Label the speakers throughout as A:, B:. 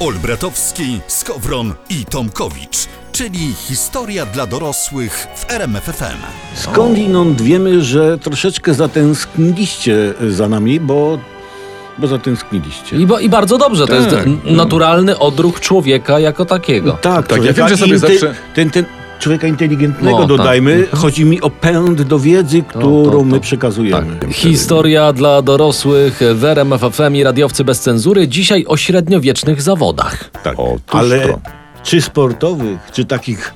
A: Olbratowski, Skowron i Tomkowicz, czyli historia dla dorosłych w RMFFM.
B: Skądinąd wiemy, że troszeczkę zatęskniliście za nami, bo, bo zatęskniliście.
C: I, ba- I bardzo dobrze, to
D: Tak,
C: jest n- naturalny odruch człowieka jako takiego.
B: Tak,
D: ja
B: człowieka
D: wiem, że sobie
B: inte-
D: zawsze-
B: Ten, ten człowieka inteligentnego
C: No, tak.
B: dodajmy. Chodzi mi o pęd do wiedzy, którą
C: to, Tak. to.
B: my przekazujemy.
C: Historia dla dorosłych w RMF FM i radiowcy bez cenzury dzisiaj o średniowiecznych zawodach.
B: Tak.
D: Otóż
B: Ale
D: to.
B: czy sportowych, czy takich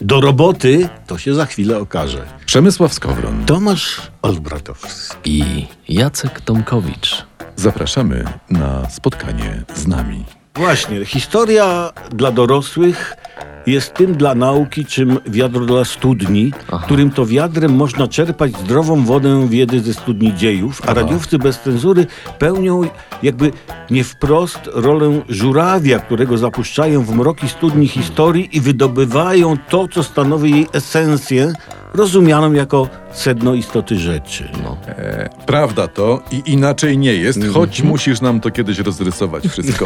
B: do roboty, to się za chwilę okaże.
D: Przemysław Skowron.
B: Tomasz Olbratowski.
C: I Jacek Tomkowicz.
D: Zapraszamy na spotkanie z nami.
B: Właśnie, historia dla dorosłych jest tym dla nauki, czym wiadro dla studni, którym to wiadrem można czerpać zdrową wodę wiedzy ze studni dziejów, a radiowcy bez cenzury pełnią jakby nie wprost rolę żurawia, którego zapuszczają w mroki studni historii i wydobywają to, co stanowi jej esencję, rozumianą jako sedno istoty rzeczy.
D: Prawda to i inaczej nie jest, choć musisz nam to kiedyś rozrysować wszystko.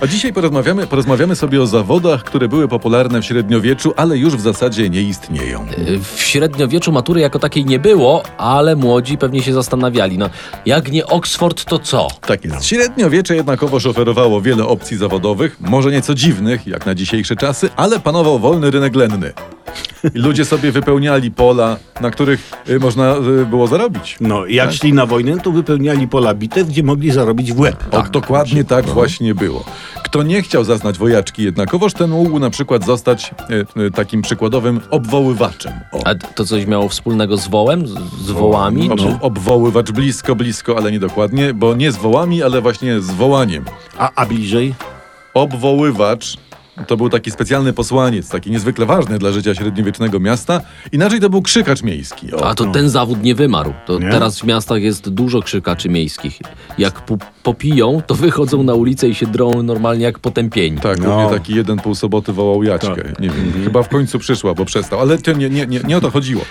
D: A dzisiaj porozmawiamy, porozmawiamy sobie o zawodach, które były popularne w średniowieczu, ale już w zasadzie nie istnieją.
C: Y, W średniowieczu matury jako takiej nie było, ale młodzi pewnie się zastanawiali. No, jak nie Oxford, to co?
D: Tak jest. Średniowiecze jednakowoż oferowało wiele opcji zawodowych, może nieco dziwnych, jak na dzisiejsze czasy, ale panował wolny rynek lenny. I ludzie sobie wypełniali pola, na których y, można y, było zarobić.
B: No, jak szli na wojnę, to wypełniali pola bitew, gdzie mogli zarobić w łeb.
D: O, dokładnie tak właśnie było. Kto nie chciał zaznać wojaczki jednakowoż, ten mógł na przykład zostać e, e, takim przykładowym obwoływaczem. O.
C: A t- to coś miało wspólnego z wołem? Z, z wołami?
D: Ob,
C: Czy-
D: Znaczy, obwoływacz blisko, blisko, ale nie dokładnie, bo nie z wołami, ale właśnie z wołaniem.
B: A, a bliżej?
D: Obwoływacz to był taki specjalny posłaniec, taki niezwykle ważny dla życia średniowiecznego miasta. Inaczej to był krzykacz miejski. O. no.
C: A to ten zawód nie wymarł. To
B: Nie?
C: teraz w miastach jest dużo krzykaczy miejskich. Jak pu- popiją, to wychodzą na ulicę i się drą normalnie jak potępieni.
D: Tak,
B: No. Tak. Mhm.
D: głównie taki jeden pół soboty wołał Jaćkę. Nie wiem, chyba w końcu przyszła, bo przestał. Ale to nie, nie, nie, nie o to chodziło.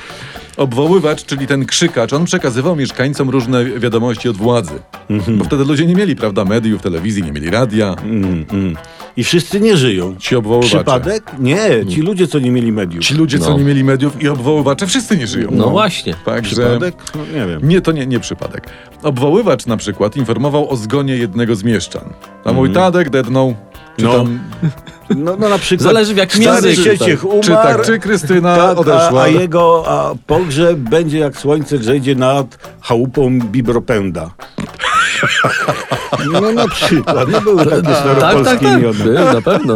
D: Obwoływacz, czyli ten krzykacz, on przekazywał mieszkańcom różne wiadomości od władzy.
B: Mhm.
D: Bo wtedy ludzie nie mieli, prawda, mediów, telewizji, nie mieli radia.
B: Mm, mm. I wszyscy nie żyją.
D: Ci obwoływacze.
B: Przypadek? Nie, ci ludzie, co nie mieli mediów.
D: Ci ludzie, co
C: No.
D: nie mieli mediów i obwoływacze, wszyscy nie żyją.
C: No właśnie.
D: Także...
B: Przypadek? No, nie wiem.
D: Nie, to nie, nie przypadek. Obwoływacz na przykład informował o zgonie jednego z mieszczan. A mój Tadek dednął, czy
B: Mhm. No.
D: tam
B: No, no na przykład...
C: Zależy w jakim
B: stary
C: języku, tak.
B: Sieciech umarł,
D: czy tak, czy Krystyna
B: tak,
D: odeszła.
B: A, a jego a pogrzeb będzie jak słońce wzejdzie nad chałupą bibropęda. No na przykład, nie były takie
C: tak, tak.
B: staropolskie
C: tak.
B: miody.
C: Był, na pewno.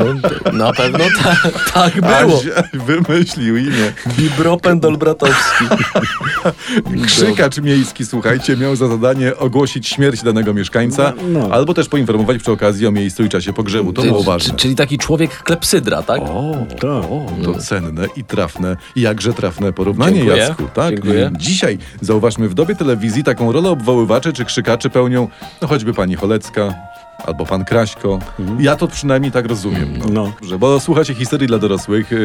C: Na pewno ta, tak było.
D: Aś wymyślił imię.
C: Bibropen Dolbratowski.
D: Krzykacz miejski, słuchajcie, miał za zadanie ogłosić śmierć danego mieszkańca
B: No, no.
D: albo też poinformować przy okazji o miejscu i czasie pogrzebu. To było
C: Czy-
D: ważne.
C: Czyli taki człowiek klepsydra, tak?
B: Tak.
D: To cenne i trafne, jakże trafne porównanie,
C: Dziękuję.
D: Jacku. Tak?
C: Dziękuję.
D: Dzisiaj, zauważmy, w dobie telewizji taką rolę obwoływaczy czy krzykaczy pełnią no, choćby pani Cholecka albo pan Kraśko.
C: Mhm.
D: Ja to przynajmniej tak rozumiem. No.
B: No.
D: Dobrze, bo słuchacie historii dla dorosłych y,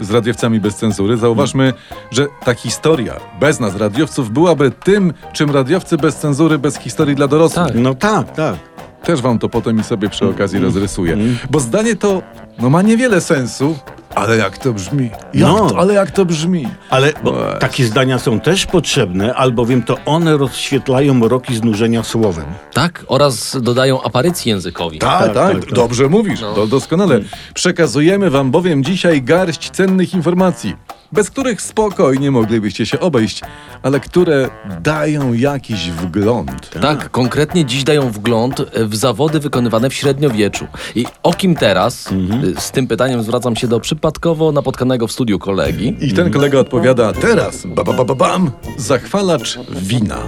D: y, z radiowcami bez cenzury. Zauważmy, że ta historia bez nas, radiowców, byłaby tym, czym radiowcy bez cenzury, bez historii dla dorosłych.
C: Tak.
B: No tak, tak.
D: Też wam to potem i sobie przy okazji rozrysuję. Bo zdanie to no, ma niewiele sensu, ale jak to brzmi. Jak
B: No.
D: to, ale jak to brzmi. Tak,
B: Ale bo
D: Właśnie.
B: takie zdania są też potrzebne, albowiem to one rozświetlają mroki znużenia słowem.
C: Tak, oraz dodają aparycji językowi.
D: Tak, tak,
B: tak, tak.
D: dobrze mówisz, to doskonale. Przekazujemy wam bowiem dzisiaj garść cennych informacji, bez których spokojnie moglibyście się obejść, ale które dają jakiś wgląd.
C: Tak, konkretnie dziś dają wgląd w zawody wykonywane w średniowieczu. I o kim teraz? Y,
D: Mhm.
C: Z tym pytaniem zwracam się do przypadkowo napotkanego w studiu kolegi.
D: I ten kolega odpowiada teraz, ba, ba, ba, ba, bam, zachwalacz wina.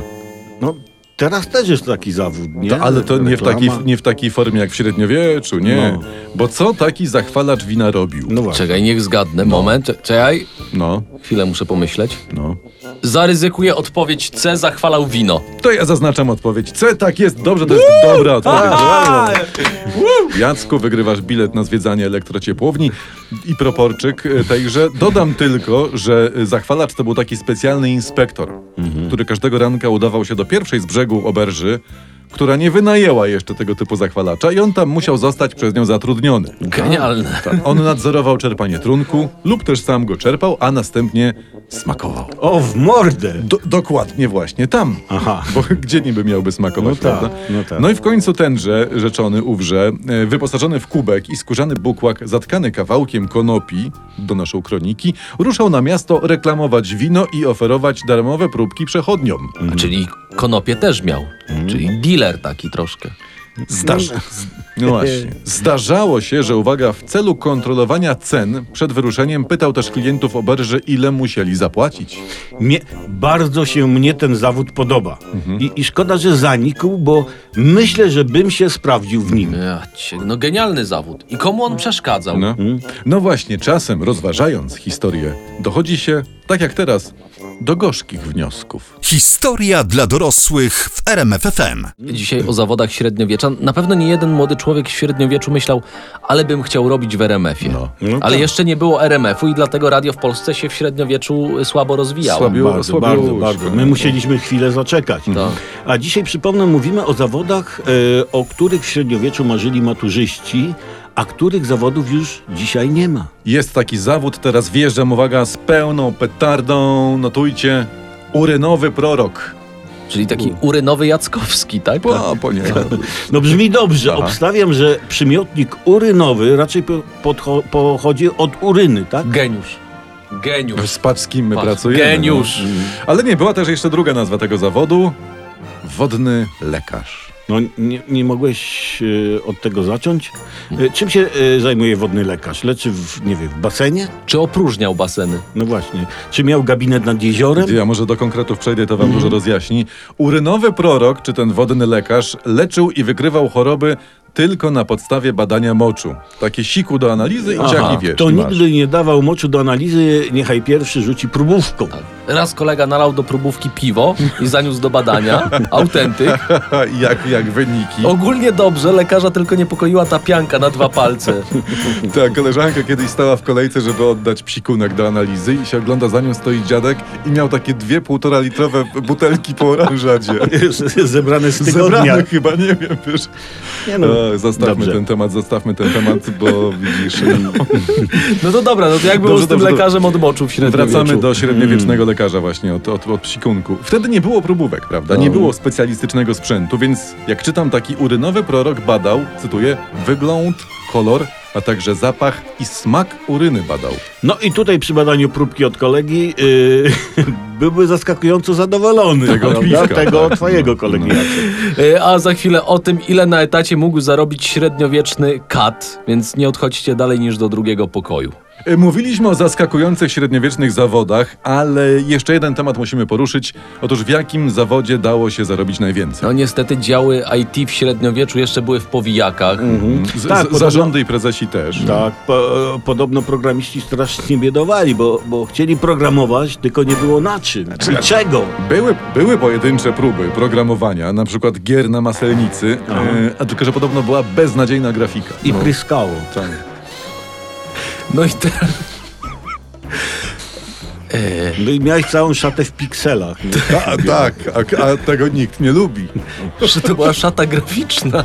B: No, teraz też jest taki zawód, nie?
D: To, ale to nie w, taki,
B: Reklama.
D: nie w takiej formie jak w średniowieczu, nie.
B: No.
D: Bo co taki zachwalacz wina robił?
B: No właśnie.
C: Czekaj, niech zgadnę. Moment, czekaj.
D: No,
C: Chwilę muszę pomyśleć.
D: no.
C: Zaryzykuję odpowiedź C, zachwalał wino.
D: To ja zaznaczam odpowiedź C, tak jest, dobrze, to jest dobra odpowiedź.
B: Tak.
D: Jacku, wygrywasz bilet na zwiedzanie elektrociepłowni i proporczyk e, tejże. Dodam tylko, że e, zachwalacz to był
B: Mhm.
D: taki specjalny inspektor, który każdego ranka udawał się do pierwszej z brzegu oberży, która nie wynajęła jeszcze tego typu zachwalacza i on tam musiał zostać przez nią zatrudniony.
C: Genialne.
D: Tak. On nadzorował czerpanie trunku lub też sam go czerpał, a następnie smakował.
B: O, w mordę!
D: Do, dokładnie właśnie tam.
B: Aha.
D: Bo gdzie niby miałby smakować,
B: No tak,
D: prawda?
B: no tak.
D: i w końcu tenże rzeczony uwrze, e, wyposażony w kubek i skórzany bukłak, zatkany kawałkiem konopi, donoszą kroniki, ruszał na miasto reklamować wino i oferować darmowe próbki przechodniom.
C: Czyli konopie też miał.
D: Mm.
C: Czyli dealer taki troszkę.
D: Zdarza. No właśnie. Zdarzało się, że uwaga, w celu kontrolowania cen przed wyruszeniem pytał też klientów o berży, ile musieli zapłacić.
B: Mnie, bardzo się mnie ten zawód podoba.
D: Mhm.
B: I, I szkoda, że zanikł, bo myślę, że bym się sprawdził w nim.
C: Ja cię, no genialny zawód. I komu on przeszkadzał?
D: No. no właśnie, czasem rozważając historię, dochodzi się, tak jak teraz, do gorzkich wniosków.
A: Historia dla dorosłych w RMFFM.
C: Dzisiaj o zawodach średniowiecza. Na pewno nie jeden młody człowiek w średniowieczu myślał, ale bym chciał robić w RMF-ie.
D: No.
B: No
C: ale
B: tak.
C: jeszcze nie było RMF-u i dlatego radio w Polsce się w średniowieczu y, słabo rozwijało.
D: Słabiu-
B: Bardzo,
D: słabiutko.
B: bardzo, bardzo. My musieliśmy chwilę zaczekać.
D: Tak.
B: A dzisiaj, przypomnę, mówimy o zawodach, e, o których w średniowieczu marzyli maturzyści, a których zawodów już dzisiaj nie ma.
D: Jest taki zawód, teraz wjeżdżam, uwaga, z pełną petardą, notujcie, urynowy prorok.
C: Czyli taki urynowy Jackowski, tak?
D: Po, po nie.
B: No brzmi dobrze. Obstawiam, że przymiotnik urynowy raczej po, podcho- pochodzi od uryny, tak?
C: Geniusz. Geniusz.
D: Spad z kim my
C: Patrz,
D: pracujemy.
C: Geniusz.
D: No. Ale nie, była też jeszcze druga nazwa tego zawodu. Wodny lekarz.
B: No nie, nie mogłeś e, od tego zacząć. E, czym się e, zajmuje wodny lekarz? Leczy w, nie wiem, w basenie?
C: Czy opróżniał baseny?
B: No właśnie. Czy miał gabinet nad jeziorem?
D: Ja może do konkretów przejdę, to wam dużo rozjaśni. Urynowy prorok, czy ten wodny lekarz, leczył i wykrywał choroby tylko na podstawie badania moczu. Takie siku do analizy i ciach i wiesz.
B: kto
D: masz.
B: nigdy nie dawał moczu do analizy, niechaj pierwszy rzuci próbówką.
D: Tak.
C: Raz kolega nalał do próbówki piwo i zaniósł do badania. Autentyk.
D: jak, jak wyniki.
C: Ogólnie dobrze, lekarza tylko niepokoiła ta pianka na dwa palce.
D: Ta Tak, koleżanka kiedyś stała w kolejce, żeby oddać psikunek do analizy i się ogląda, za nią stoi dziadek i miał takie dwie półtora litrowe butelki po oranżadzie.
B: Zebrane z tygodnia.
D: Zebrane chyba, nie wiem, wiesz.
B: Nie no,
D: E, zostawmy
B: dobrze.
D: ten temat, zostawmy ten temat, bo widzisz...
C: No to dobra, no to jak było
D: Dobrze,
C: z tym
D: dobrze,
C: lekarzem od moczu w średniowieczu?
D: Wracamy
B: Mm.
D: do średniowiecznego lekarza właśnie, od, od, od psikunku. Wtedy nie było próbówek, prawda?
B: No.
D: Nie było specjalistycznego sprzętu, więc jak czytam, taki urynowy prorok badał, cytuję, wygląd, kolor, a także zapach i smak uryny badał.
B: No i tutaj przy badaniu próbki od kolegi yy, byłby zaskakująco zadowolony.
D: Tego
B: prawda?
D: piwka,
B: Tego
D: tak.
B: twojego
D: No,
B: kolegi.
D: no.
B: Jacek.
C: Y, A za chwilę o tym, ile na etacie mógł zarobić średniowieczny kat, więc nie odchodźcie dalej niż do drugiego pokoju.
D: E, Mówiliśmy o zaskakujących średniowiecznych zawodach, ale jeszcze jeden temat musimy poruszyć. Otóż w jakim zawodzie dało się zarobić najwięcej?
C: No niestety działy IT w średniowieczu jeszcze były w powijakach.
D: Mhm. Z,
B: Tak,
D: z,
B: podobno-
D: zarządy i prezesi też.
B: Tak, po, e, podobno programiści strasznie biedowali, bo, bo chcieli programować, tylko nie było na czym.
D: Znaczy,
B: I czego?
D: Były, były pojedyncze próby programowania, na przykład gier na maselnicy, e, a tylko że podobno była beznadziejna grafika. No.
B: I pryskało.
D: Tak.
C: No i teraz...
B: No i Miałeś całą szatę w pikselach. nie?
D: A, tak, a, a tego nikt nie lubi.
C: że to była szata graficzna.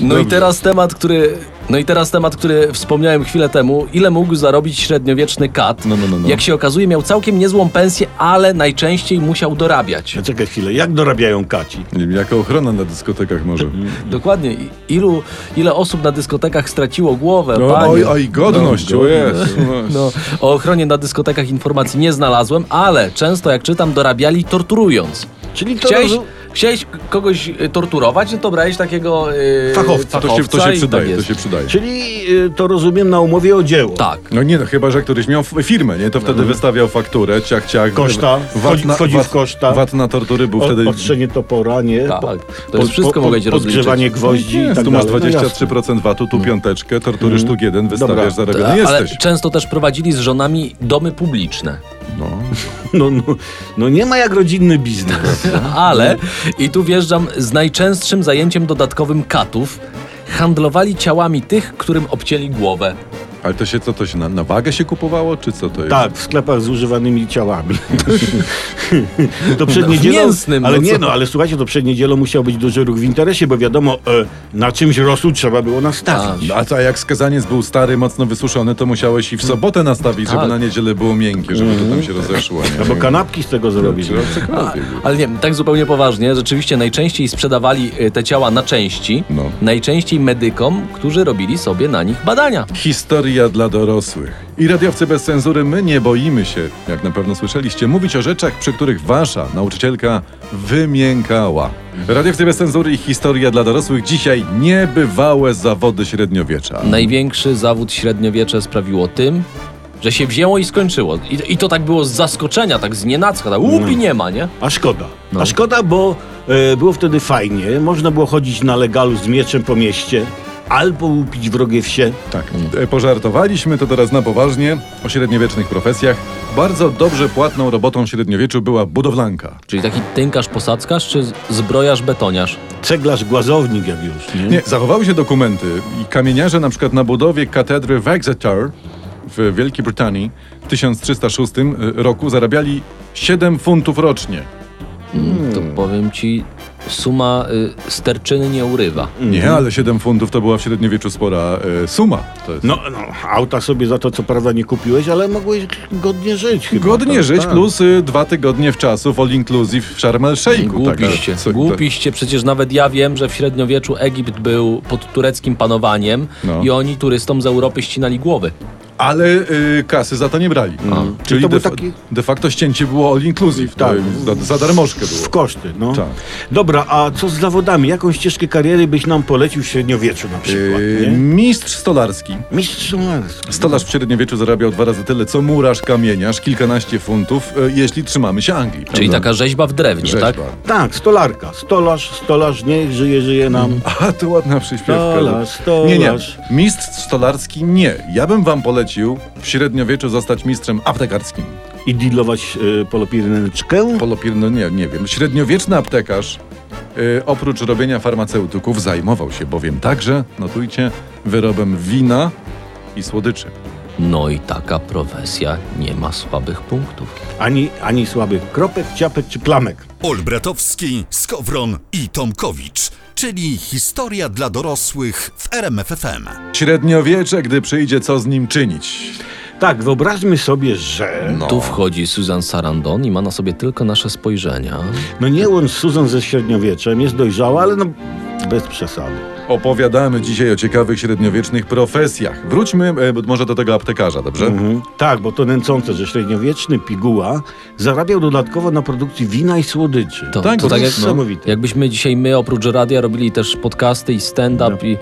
C: No i
D: Dobrze.
C: teraz temat, który. No i teraz temat, który wspomniałem chwilę temu, ile mógł zarobić średniowieczny kat.
D: No, no, no, no.
C: Jak się okazuje, miał całkiem niezłą pensję, ale najczęściej musiał dorabiać.
B: A Czekaj chwilę, jak dorabiają kaci?
D: Nie wiem, jako ochrona na dyskotekach może.
B: No,
C: Dokładnie. I- Ilu, ile osób na dyskotekach straciło głowę?
D: No,
C: panie?
D: oj, oj, godność,
B: No,
D: o jest.
C: No, o ochronie na dyskotekach informacji nie znalazłem, ale często jak czytam, dorabiali torturując.
B: Czyli to
C: Chciałeś,
B: rozum-
C: chciałeś kogoś y, torturować, no to brałeś takiego yy,
B: Fachowca.
D: To się, to się
C: i tak
D: przydaje,
C: jest.
D: to się przydaje.
B: Czyli y, to rozumiem na umowie o dzieło.
C: Tak.
D: No nie, no chyba, że któryś miał f- firmę, nie? To wtedy wystawiał fakturę, ciach, ciach.
B: Mhm. Koszta, wchodzi- wchodzi w
D: VAT-
B: koszta.
D: VAT na tortury był
B: O,
D: wtedy...
B: Odstrzenie topora, nie?
C: Tak, to już wszystko mogę ci rozliczyć.
B: Podgrzewanie gwoździ
D: Nie,
B: i tak
D: tu masz
B: dalej. No jasne. Mhm.
D: 23% VAT-u, tu piąteczkę, tortury sztuk jeden, wystawiasz
B: Dobra.
D: zarobiony.
C: Ta, ale
D: Jesteś.
C: często też prowadzili z żonami domy publiczne.
D: No.
B: No, no, no nie ma jak rodzinny biznes.
D: Mhm.
C: Ale, i tu wjeżdżam z najczęstszym zajęciem dodatkowym katów, handlowali ciałami tych, którym obcięli głowę.
D: Ale to się co, to się na, na wagę się kupowało, czy co to jest?
B: Tak, w sklepach z używanymi ciałami. to przed
C: No, w
B: niedzielą,
C: mięsnym,
B: ale
C: no
B: nie
C: co?
B: no, ale słuchajcie, to przed niedzielą musiał być duży ruch w interesie, bo wiadomo, e, na czymś rosół trzeba było nastawić.
C: Tak.
D: No, a co, a jak skazaniec był stary, mocno wysuszony, to musiałeś i w sobotę nastawić, żeby
C: Tak.
D: na niedzielę było miękkie, żeby to tam się rozeszło. Nie?
B: No bo kanapki z tego zrobić.
D: Czy cokolwiek.
C: Ale nie, tak zupełnie poważnie, rzeczywiście najczęściej sprzedawali y, te ciała na części,
D: No.
C: najczęściej medykom, którzy robili sobie na nich badania.
D: Historia dla dorosłych. I radiowcy bez cenzury, my nie boimy się, jak na pewno słyszeliście, mówić o rzeczach, przy których wasza nauczycielka wymiękała. Radiowcy bez cenzury i historia dla dorosłych dzisiaj niebywałe zawody średniowiecza.
C: Największy zawód średniowiecze sprawiło tym, że się wzięło i skończyło. I, i to tak było z zaskoczenia, tak z nienacka, tak łup
D: Mm.
C: i nie ma, nie?
B: A szkoda.
C: No.
B: A szkoda, bo e, było wtedy fajnie. Można było chodzić na legalu z mieczem po mieście albo łupić wrogie wsie.
D: Tak, e, pożartowaliśmy to teraz na poważnie o średniowiecznych profesjach. Bardzo dobrze płatną robotą w średniowieczu była budowlanka.
C: Czyli taki tynkarz, posadzkarz czy z- zbrojarz, betoniarz?
B: Ceglarz, głazownik jak już. Nie?
D: Nie, zachowały się dokumenty i kamieniarze na przykład na budowie katedry w Exeter w Wielkiej Brytanii w 1306 e, roku zarabiali 7 funtów rocznie.
C: To
D: Mm.
C: powiem ci, suma y, sterczyny nie urywa.
D: Nie,
B: Mhm.
D: ale 7 funtów to była w średniowieczu spora e, suma. To jest
B: No, no, auta sobie za to co prawda nie kupiłeś, ale mogłeś godnie żyć. Chyba,
D: Godnie
B: tak,
D: żyć
B: tak.
D: plus y, dwa tygodnie w czasu all inclusive w Sharm el Sheikhu.
C: Głupiście,
D: Taka- co-
C: głupiście. Przecież nawet ja wiem, że w średniowieczu Egipt był pod tureckim panowaniem
D: No.
C: i oni turystom z Europy ścinali głowy.
D: Ale y, kasy za to nie brali.
C: No. Mhm.
D: Czyli
B: To był
D: de, fa-
B: taki-
D: de facto ścięcie było all inclusive.
B: Tak.
D: Tak. Za, za darmożkę
B: W
D: było.
B: koszty, no.
D: Tak.
B: Dobra, a co z zawodami? Jaką ścieżkę kariery byś nam polecił w średniowieczu na przykład?
D: Y,
B: nie?
D: mistrz stolarski.
B: Mistrz Marsy.
D: Stolarz w średniowieczu zarabiał dwa razy tyle, co murarz, kamieniarz, kilkanaście funtów, y, jeśli trzymamy się Anglii.
C: Czyli
D: prawda?
C: taka rzeźba w drewnie,
D: No. Rzeźba.
C: tak?
B: Tak, stolarka. Stolarz, stolarz, niech żyje, żyje nam.
D: A, to ładna przyśpiewka. no.
B: Stolarz, stolarz.
D: Nie, nie. Mistrz stolarski nie. Ja bym wam polecił w średniowieczu zostać mistrzem aptekarskim.
B: I dealować y, polopiryneczkę.
D: Polopir, no nie, nie wiem. Średniowieczny aptekarz y, oprócz robienia farmaceutyków zajmował się bowiem także, notujcie, wyrobem wina i słodyczy.
C: No i taka profesja nie ma słabych punktów.
B: Ani, ani słabych kropek, ciapek czy plamek.
A: Olbratowski, Skowron i Tomkowicz, czyli historia dla dorosłych w RMFFM.
D: Średniowiecze, gdy przyjdzie, co z nim czynić?
B: Tak, wyobraźmy sobie, że...
D: No.
C: Tu wchodzi Susan Sarandon i ma na sobie tylko nasze spojrzenia.
B: No nie łącz Suzon ze średniowieczem, jest dojrzała, ale no bez przesady.
D: Opowiadamy dzisiaj o ciekawych średniowiecznych profesjach. Wróćmy e, b- może do tego aptekarza, dobrze?
B: Mhm. Tak, bo to nęcące, że średniowieczny piguła zarabiał dodatkowo na produkcji wina i słodyczy.
C: To,
D: Tak,
C: to tak
D: bo to
C: jak,
D: jest
B: niesamowite.
C: jakbyśmy dzisiaj my oprócz radia robili też podcasty i stand-up
D: No.
C: i...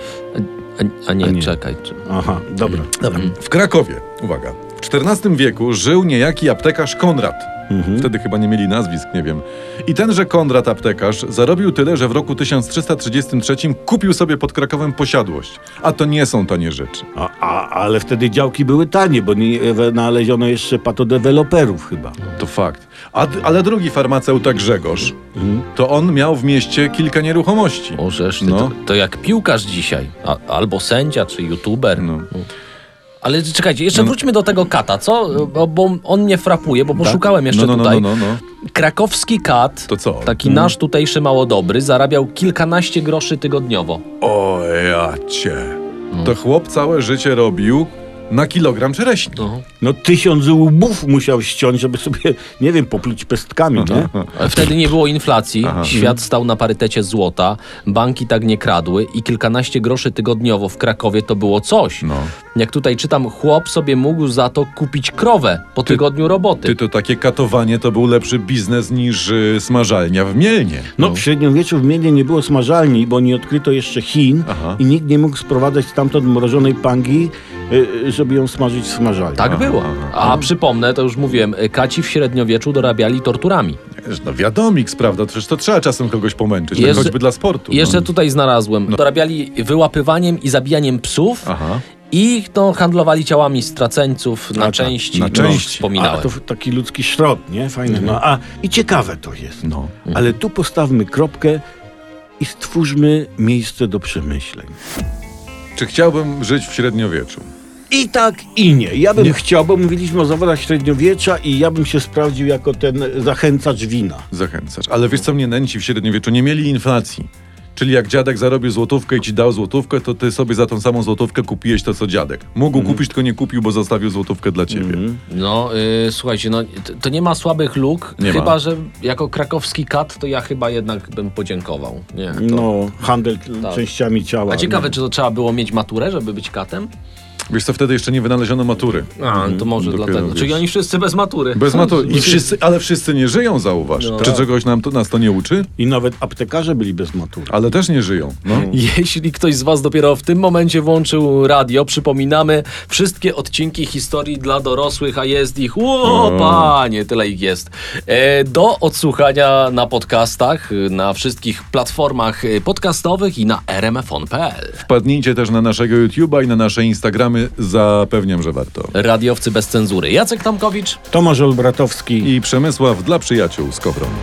C: A, a, nie,
B: A nie.
C: czekaj. Czy...
B: Aha, dobra. dobra.
D: W Krakowie, uwaga, w XIV wieku żył niejaki aptekarz Konrad.
C: Mhm.
D: Wtedy chyba nie mieli nazwisk, nie wiem. I tenże Konrad aptekarz zarobił tyle, że w roku 1333 kupił sobie pod Krakowem posiadłość. A to nie są tanie rzeczy.
B: A, a, ale wtedy działki były tanie, bo nie wynaleziono jeszcze patodeweloperów chyba.
D: To fakt. A, d- ale drugi farmaceuta Grzegorz,
C: Mhm.
D: to on miał w mieście kilka nieruchomości.
C: Możesz, ty,
D: No.
C: to, to jak piłkarz dzisiaj, a, albo sędzia, czy youtuber.
D: No.
C: Ale czekajcie, jeszcze wróćmy do tego kata, co? Bo, bo on mnie frapuje, bo poszukałem jeszcze
D: no, no, no,
C: tutaj.
D: no, no, no.
C: Krakowski kat,
D: To co? Mhm.
C: taki nasz tutejszy mało dobry, zarabiał kilkanaście groszy tygodniowo.
D: O ja cię.
C: No.
D: To chłop całe życie robił na kilogram czereśni.
B: No tysiąc łbów musiał ściąć, żeby sobie, nie wiem, popluć pestkami, nie?
C: Ale E, Wtedy nie było inflacji,
D: Mhm.
C: świat stał na parytecie złota, banki tak nie kradły i kilkanaście groszy tygodniowo w Krakowie to było coś.
D: No.
C: Jak tutaj czytam, chłop sobie mógł za to kupić krowę po tygodniu roboty.
D: Ty to takie katowanie to był lepszy biznes niż y, smażalnia w Mielnie.
B: No, w średniowieczu w Mienie nie było smażalni, bo nie odkryto jeszcze Chin
D: Aha.
B: i nikt nie mógł sprowadzać stamtąd mrożonej pangi, y, y, żeby ją smażyć w smażalni. No.
C: Tak było.
D: aha,
C: A przypomnę, to już mówiłem, y, kaci w średniowieczu dorabiali torturami.
D: Wiesz, No wiadomik, prawda? Przecież to trzeba czasem kogoś pomęczyć, tak
C: Jeszcze-
D: choćby dla sportu.
C: I Jeszcze
D: no.
C: tutaj znalazłem. Dorabiali wyłapywaniem i zabijaniem psów
D: Aha.
C: i no, handlowali ciałami straceńców na
D: A, tak,
C: części.
D: na
C: no,
D: części.
B: A
C: Wspominałem.
B: to taki ludzki szrot, nie? Fajne. No, a i ciekawe to jest.
D: No.
B: Ale tu postawmy kropkę i stwórzmy miejsce do przemyśleń.
D: Czy chciałbym żyć w średniowieczu?
B: I tak, i nie. Ja bym chciał, bo mówiliśmy o zawodach średniowiecza i ja bym się sprawdził jako ten zachęcacz wina.
D: Zachęcasz. Ale wiesz, co mnie nęci w średniowieczu? Nie mieli inflacji. Czyli jak dziadek zarobił złotówkę i ci dał złotówkę, to ty sobie za tą samą złotówkę kupiłeś to, co dziadek. Mógł
C: Mhm.
D: kupić, tylko nie kupił, bo zostawił złotówkę dla ciebie.
C: No, y, słuchajcie, no, t- to nie ma słabych luk,
D: Nie ma.
C: chyba że jako krakowski kat, to ja chyba jednak bym podziękował. Nie, to...
B: No, handel częściami ciała.
C: Tak.
D: tak,
C: A ciekawe,
B: no.
C: czy to trzeba było mieć maturę, żeby być katem?
D: Wiesz co, wtedy jeszcze nie wynaleziono matury.
C: A, to może
D: no, dopiero
C: dlatego.
D: wiesz.
C: Czyli oni wszyscy bez matury.
D: Bez matury. I wszyscy, ale wszyscy nie żyją, zauważ.
C: No.
D: Czy czegoś nam to, nas to nie uczy?
B: I nawet aptekarze byli bez matury.
D: Ale też nie żyją. No.
C: Mm. Jeśli ktoś z Was dopiero w tym momencie włączył radio, przypominamy wszystkie odcinki historii dla dorosłych, a jest ich, o
D: O.
C: panie, tyle ich jest. E, do odsłuchania na podcastach, y, na wszystkich platformach y, podcastowych i na rmfon.pl.
D: Wpadnijcie też na naszego YouTube'a i na nasze Instagramy. Zapewniam, że warto.
C: Radiowcy bez cenzury. Jacek Tomkowicz.
B: Tomasz Olbratowski.
D: I Przemysław dla przyjaciół z Kowronu.